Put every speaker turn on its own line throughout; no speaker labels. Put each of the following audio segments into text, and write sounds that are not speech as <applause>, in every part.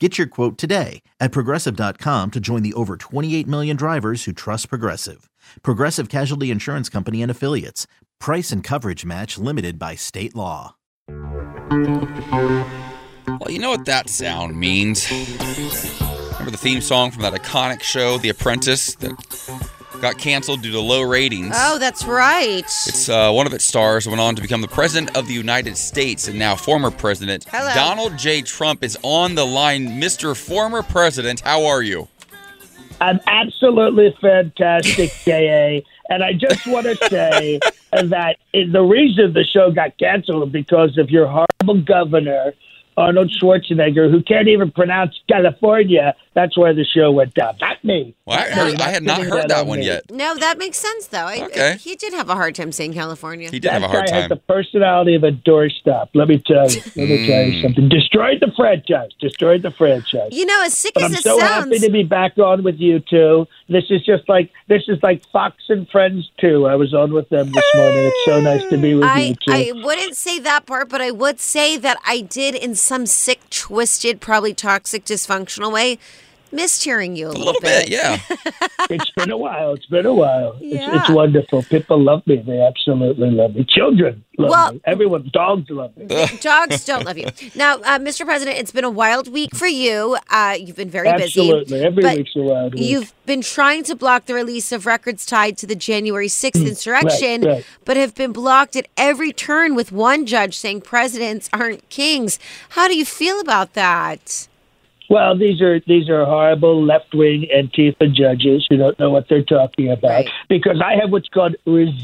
Get your quote today at progressive.com to join the over 28 million drivers who trust Progressive. Progressive Casualty Insurance Company and Affiliates. Price and coverage match limited by state law.
Well, you know what that sound means. Remember the theme song from that iconic show, The Apprentice, that got canceled due to low ratings?
Oh, that's right.
It's uh, one of its stars went on to become the president of the United States and now former president.
Hello.
Donald J. Trump is on the line. Mr. Former President, how are you?
I'm absolutely fantastic, JA. And I just want to say that the reason the show got canceled is because of your horrible governor, Arnold Schwarzenegger, who can't even pronounce California. That's why the show went down. Not me.
Well, I, heard- I had not
Putting
heard
that
that
on
one
me.
yet.
No, that makes sense though. I,
Okay.
He did have a hard time saying California.
He did
That
have a hard
guy
time.
has the personality of a doorstop. Let me tell you. Let me tell
Hmm.
you something. Destroyed the franchise. Destroyed the franchise.
You know, as sick
But
as
I'm
it
so
sounds,
happy to be back on with you two. This is just like this is like Fox and Friends too. I was on with them this morning. It's so nice to be with
I
you two.
I wouldn't say that part, but I would say that I did, in some sick, twisted, probably toxic, dysfunctional way, miss hearing you a,
A little bit, yeah.
<laughs>
<laughs>
It's been a while. It's been a while. It's, it's
Yeah.
wonderful. People love me. They absolutely love me. Children love
Well-
me. Everyone, dogs love me.
<laughs>
<laughs>
Dogs don't love you. Now, uh, Mr. President, it's been a wild week for you. Uh, you've been very busy.
Absolutely. Every
But
week's a wild week.
You've been trying to block the release of records tied to the January 6th insurrection,
Mm. right.
but have been blocked at every turn with one judge saying presidents aren't kings. How do you feel about that?
Well, these are these are horrible left wing Antifa judges who don't know what they're talking about
Right.
because I have what's called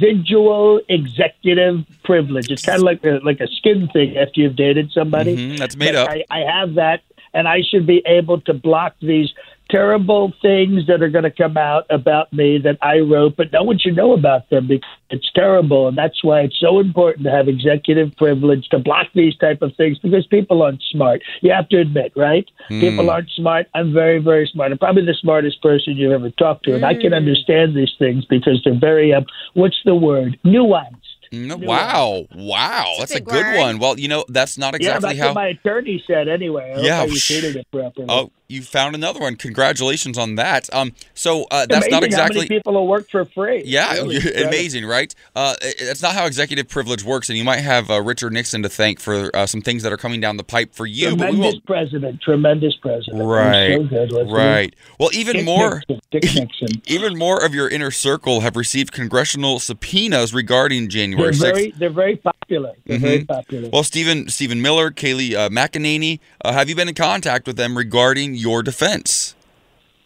residual executive privilege. It's kind of like a, like a skin thing after you've dated somebody.
Mhm, that's made up.
I, I have that, and I should be able to block these terrible things that are going to come out about me that I wrote, but no one should know about them because it's terrible, and that's why it's so important to have executive privilege to block these type of things because people aren't smart. You have to admit, right?
Hmm.
People aren't smart. I'm very, very smart. I'm probably the smartest person you've ever talked to, and I can understand these things because they're very um, what's the word nuanced.
No, Mm, wow. Wow. That's
It's a
a
big
good
word.
one. Well, you know, that's not exactly
yeah, that's
how.
what my attorney said anyway. I hope
Yeah,
I
oh, sh-
repeated it properly.
Oh, you found another one. Congratulations on that. Um, so uh, that's
amazing
not
How
exactly.
many people will work for free?
yeah, <laughs>
Really,
you're-
incredible.
amazing, right? Uh, i- i- that's not how executive privilege works, and you might have uh, Richard Nixon to thank for uh, some things that are coming down the pipe for you, but we
Tremendous
won't.
president. Tremendous president. He was
Right,
so good, wasn't he?
right. Well, even
<laughs> Dick
more,
Nixon, Dick
<laughs>
Nixon.
even more of your inner circle have received congressional subpoenas regarding
They're
January sixth.
very, they're very popular. They're very
Mm-hmm.
popular.
Well, Stephen Stephen Miller, Kaylee uh, McEnany, uh, have you been in contact with them regarding your defense?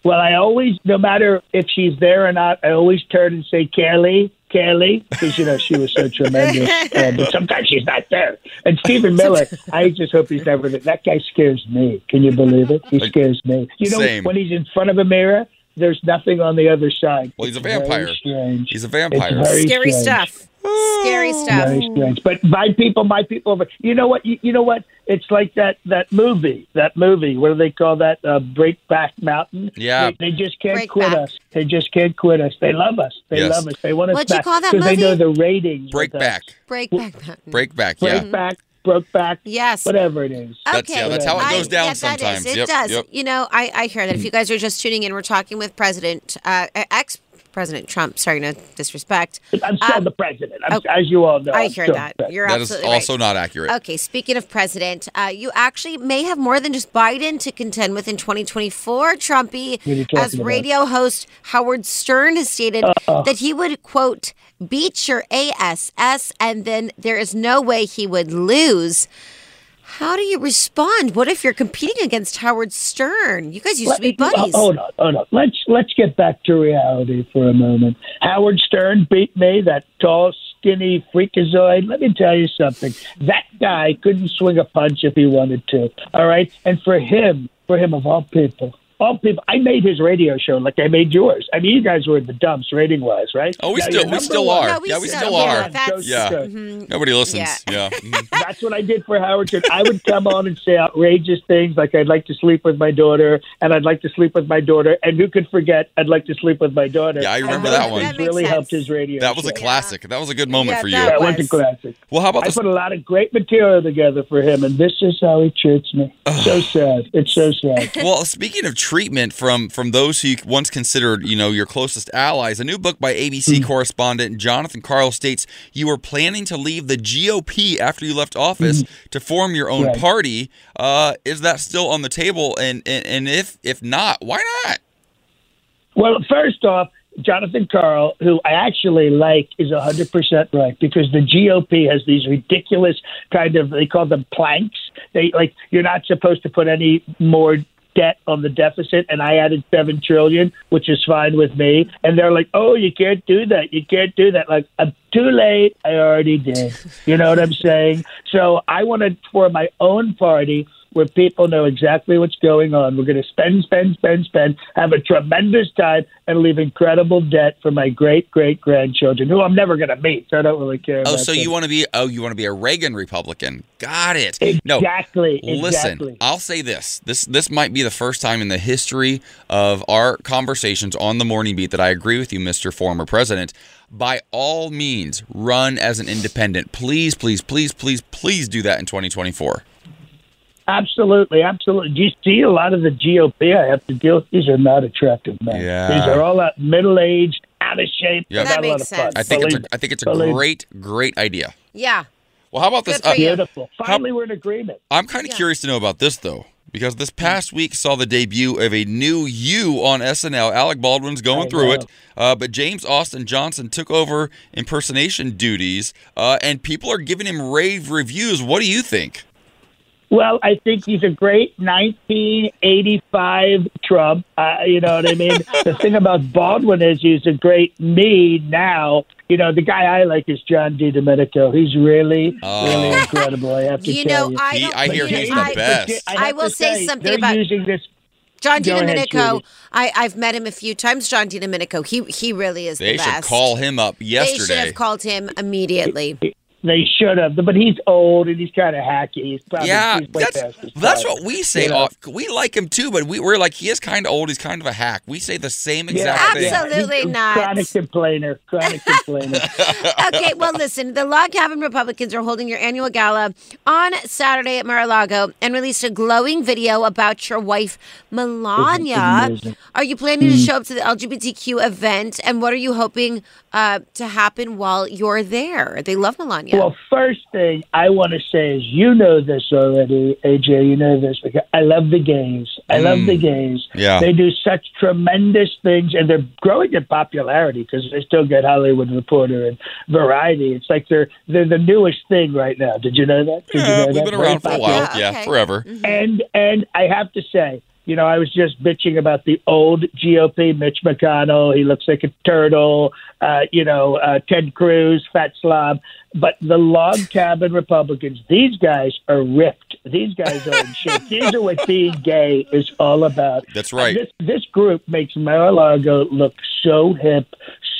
Well, I always, no matter if she's there or not, I always turn and say, Kelly, Kelly, because, you know, she was so tremendous. Uh, but sometimes she's not there. And Stephen Miller, I just hope he's never there. That guy scares me. Can you believe it? He scares me. You know,
Same.
when he's in front of a mirror, there's nothing on the other side.
Well, he's a
It's very
vampire.
strange.
He's a vampire.
It's very
Scary
strange.
stuff. Scary stuff.
Very strange. But my people, my people. but You know what? You, you know what? It's like that that movie. That movie. What do they call that? Uh, Breakback Mountain.
Yeah.
They, they just can't
Break
quit
Back.
us. They just can't quit us. They love us. They
Yes.
love us. They want us
What'd you
back
call that
they
movie?
know the ratings.
Break
with us.
back,
Break back mountain.
break back.
Break
Yeah.
back. Broke back.
Yes. Uh,
Whatever it is.
That's-
okay.
yeah, that's how it goes down
yeah, that is.
sometimes.
It
Yep, Mm.
does.
yep.
You know, I, I hear that. If you guys are just tuning in, we're talking with President, uh, ex President Trump. Sorry, no disrespect.
I'm still
Um,
the president, I'm,
okay.
as you all know.
I
I'm
hear
still
that.
the president.
You're
That is
absolutely
also
right.
not accurate.
Okay, speaking of president, uh, you actually may have more than just Biden to contend with in 2024, Trumpy.
What are you talking
As
about?
radio host Howard Stern has stated that he would, quote, beat your ASS, and then there is no way he would lose. How do you respond? What if you're competing against Howard Stern? You guys used to be
Let-
buddies.
oh, Hold on, hold on. Let's let's get back to reality for a moment. Howard Stern beat me, that tall, skinny freakazoid. Let me tell you something. That guy couldn't swing a punch if he wanted to. All right, and for him, for him of all people. All people, I made his radio show like I made yours. I mean, you guys were in the dumps rating wise, right?
Oh, we
Now,
still-
your
we
number
still
one-
are.
No, we
Yeah, we
still
still
yeah,
are.
That's,
Yeah. Nobody listens.
<laughs>
Yeah. Mhm.
That's what I did for Howard Stern. I would come on and say outrageous things like I'd like to sleep with my daughter and I'd like to sleep with my daughter and who could forget I'd like to sleep with my daughter.
Yeah, I
And
remember
those
that one.
things
That makes
really
sense.
helped his radio.
That was a
show.
classic. That was a good moment
Yeah,
for
that
you.
That was a classic.
Well, how about
I
this?
<laughs>
put a lot of great material together for him, and this is how he treats me. so sad. It's so sad.
well, speaking of treatment from from those who you once considered, you know, your closest allies, a new book by ABC
Hmm.
correspondent Jonathan Carl states you were planning to leave the GOP after you left office to form your own
Hmm. Right.
party. Uh, is that still on the table? And, and and if if not, why not?
Well, first off, Jonathan Carl, who I actually like, is 100% right because the GOP has these ridiculous kind of, they call them planks. They like, you're not supposed to put any more debt on the deficit and I added 7 trillion which is fine with me and they're like oh you can't do that you can't do that like I'm too late I already did you know what I'm saying so I want to form my own party where people know exactly what's going on. We're going to spend, spend, spend, spend, have a tremendous time, and leave incredible debt for my great great grandchildren, who I'm never going to meet, so I don't really care.
Oh,
about
so
them.
you want to be? Oh, you want to be a Reagan Republican? Got it. No,
exactly,
Listen,
exactly.
I'll say this. This this might be the first time in the history of our conversations on the morning beat that I agree with you, Mr. Former President. By all means, run as an independent. Please, please, please, please, please do that in 2024.
Absolutely, absolutely. Do you see a lot of the GOP I have to deal with? These are not attractive men.
Yeah.
These are all out middle aged, out of shape.
Yep.
not
That
a lot
makes
of fun.
sense.
I think it's
Believe
a, I think it's a
Believe me.
great great idea.
yeah.
Well, how about
Good
this?
for
Uh,
me.
you.
beautiful. Finally, we're in agreement.
I'm kind of
Yeah.
curious to know about this though, because this past week saw the debut of a new you on SNL. Alec Baldwin's going
I
through
know.
it, uh, but James Austin Johnson took over impersonation duties, uh, and people are giving him rave reviews. What do you think?
Well, I think he's a great 1985 Trump. Uh, you know what I mean? the thing about Baldwin is he's a great me now. You know, the guy I like is John D. Domenico. He's really,
Oh.
really incredible. I have to
You know,
tell you.
I,
He-
don't,
I hear
you know,
he's the
I-
best.
have
I will
to
say something
they're
about-
using this.
John
Go ahead,
DiDomenico,
Judy.
I, I've met him a few times. John DiDomenico, he he really is
They
the
should
best.
call him up
they should
yesterday.
have called him
<laughs>
immediately.
They should have, but he's old and he's kind of hacky. He's probably
yeah,
he's way
that's
past his
that's
prime.
what we say.
You know?
off. We like him too, but we, we're like he is kind of old. He's kind of a hack. We say the same exact
Yeah.
thing.
Absolutely.
He's a
not.
Chronic complainer.
<laughs>
Chronic complainer.
okay, well, listen, the Log Cabin Republicans are holding your annual gala on Saturday at Mar a Lago and released a glowing video about your wife, Melania.
amazing. Mm.
Are you planning to show up to the LGBTQ event? And what are you hoping uh, to happen while you're there? They love Melania.
Well, first thing I want to say is you know this already, AJ. You know this because I love the gays. I love the gays.
Mm. Yeah.
They do such tremendous things, and they're growing in popularity because they still get Hollywood Reporter and Variety. It's like they're they're the newest thing right now. Did you know that? Did you
Yeah,
know
we've
that?
been
Very
around for a
popular.
while.
Yeah,
Yeah,
okay. Mm.
forever.
And and I have to say, you know, I was just bitching about the old GOP, Mitch McConnell. He looks like a turtle. Uh, you know, uh, Ted Cruz, fat slob. But the log cabin Republicans, these guys are ripped. These guys are in shape. These are what being gay is all about.
That's right.
And This, this group makes Mar-a-Lago look so hip,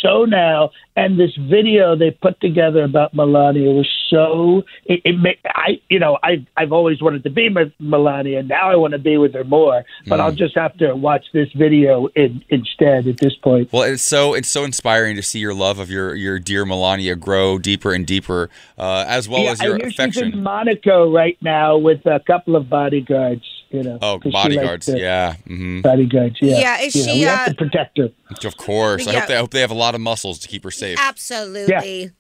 so now. And this video they put together about Melania was so. It, it ma- I you know I I've always wanted to be with Melania. Now I want to be with her more. But
Hmm.
I'll just have to watch this video in, instead at this point.
Well, it's so it's so inspiring to see your love of your your dear Melania grow deeper and deeper, uh, as well as your
I hear she's in
affection.
Monaco right now with a couple of bodyguards. you know.
Oh,
'cause she
bodyguards.
likes the
yeah. hmm
Bodyguards, yeah.
Yeah, is
You know,
she,
we
uh,
have to protect her.
Of course. I
Yeah.
hope they I hope they have a lot of muscles to keep her safe.
Absolutely.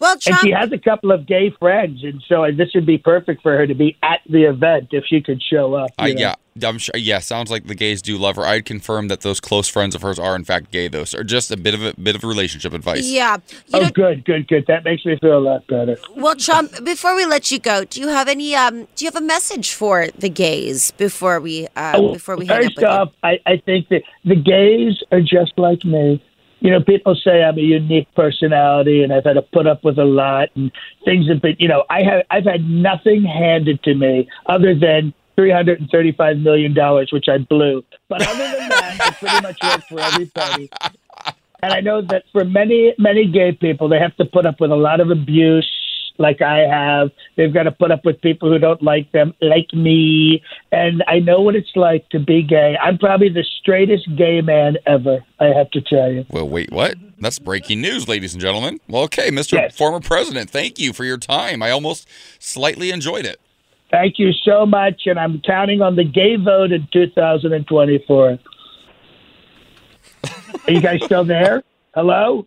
Well,
And
Trump,
she has a couple of gay friends, and so this would be perfect for her to be at the event if she could show up.
I,
you know.
yeah, I'm sure. Yeah, sounds like the gays do love her. I'd confirm that those close friends of hers are in fact gay, though. So just a bit of a bit of relationship advice.
yeah. You
Oh,
know,
good, good, good. That makes me feel a lot better.
well, Trump, before we let you go, do you have any um do you have a message for the gays before we uh
Well,
before we hang up
First
with you?
off, Oh, I, I think that the gays are just like me. You know, people say I'm a unique personality and I've had to put up with a lot and things have been you know, I have I've had nothing handed to me other than three hundred and thirty five million dollars, which I blew. But other than that, I pretty much worked for everybody. And I know that for many, many gay people, they have to put up with a lot of abuse, like I have. They've got to put up with people who don't like them, like me. And I know what it's like to be gay. I'm probably the straightest gay man ever, I have to tell you.
Well, wait, what? That's breaking news, ladies and gentlemen. Well, okay, Mr.
Yes.
Former President, thank you for your time. I almost slightly enjoyed it.
Thank you so much. And I'm counting on the gay vote in 2024. Are you guys still there? Hello?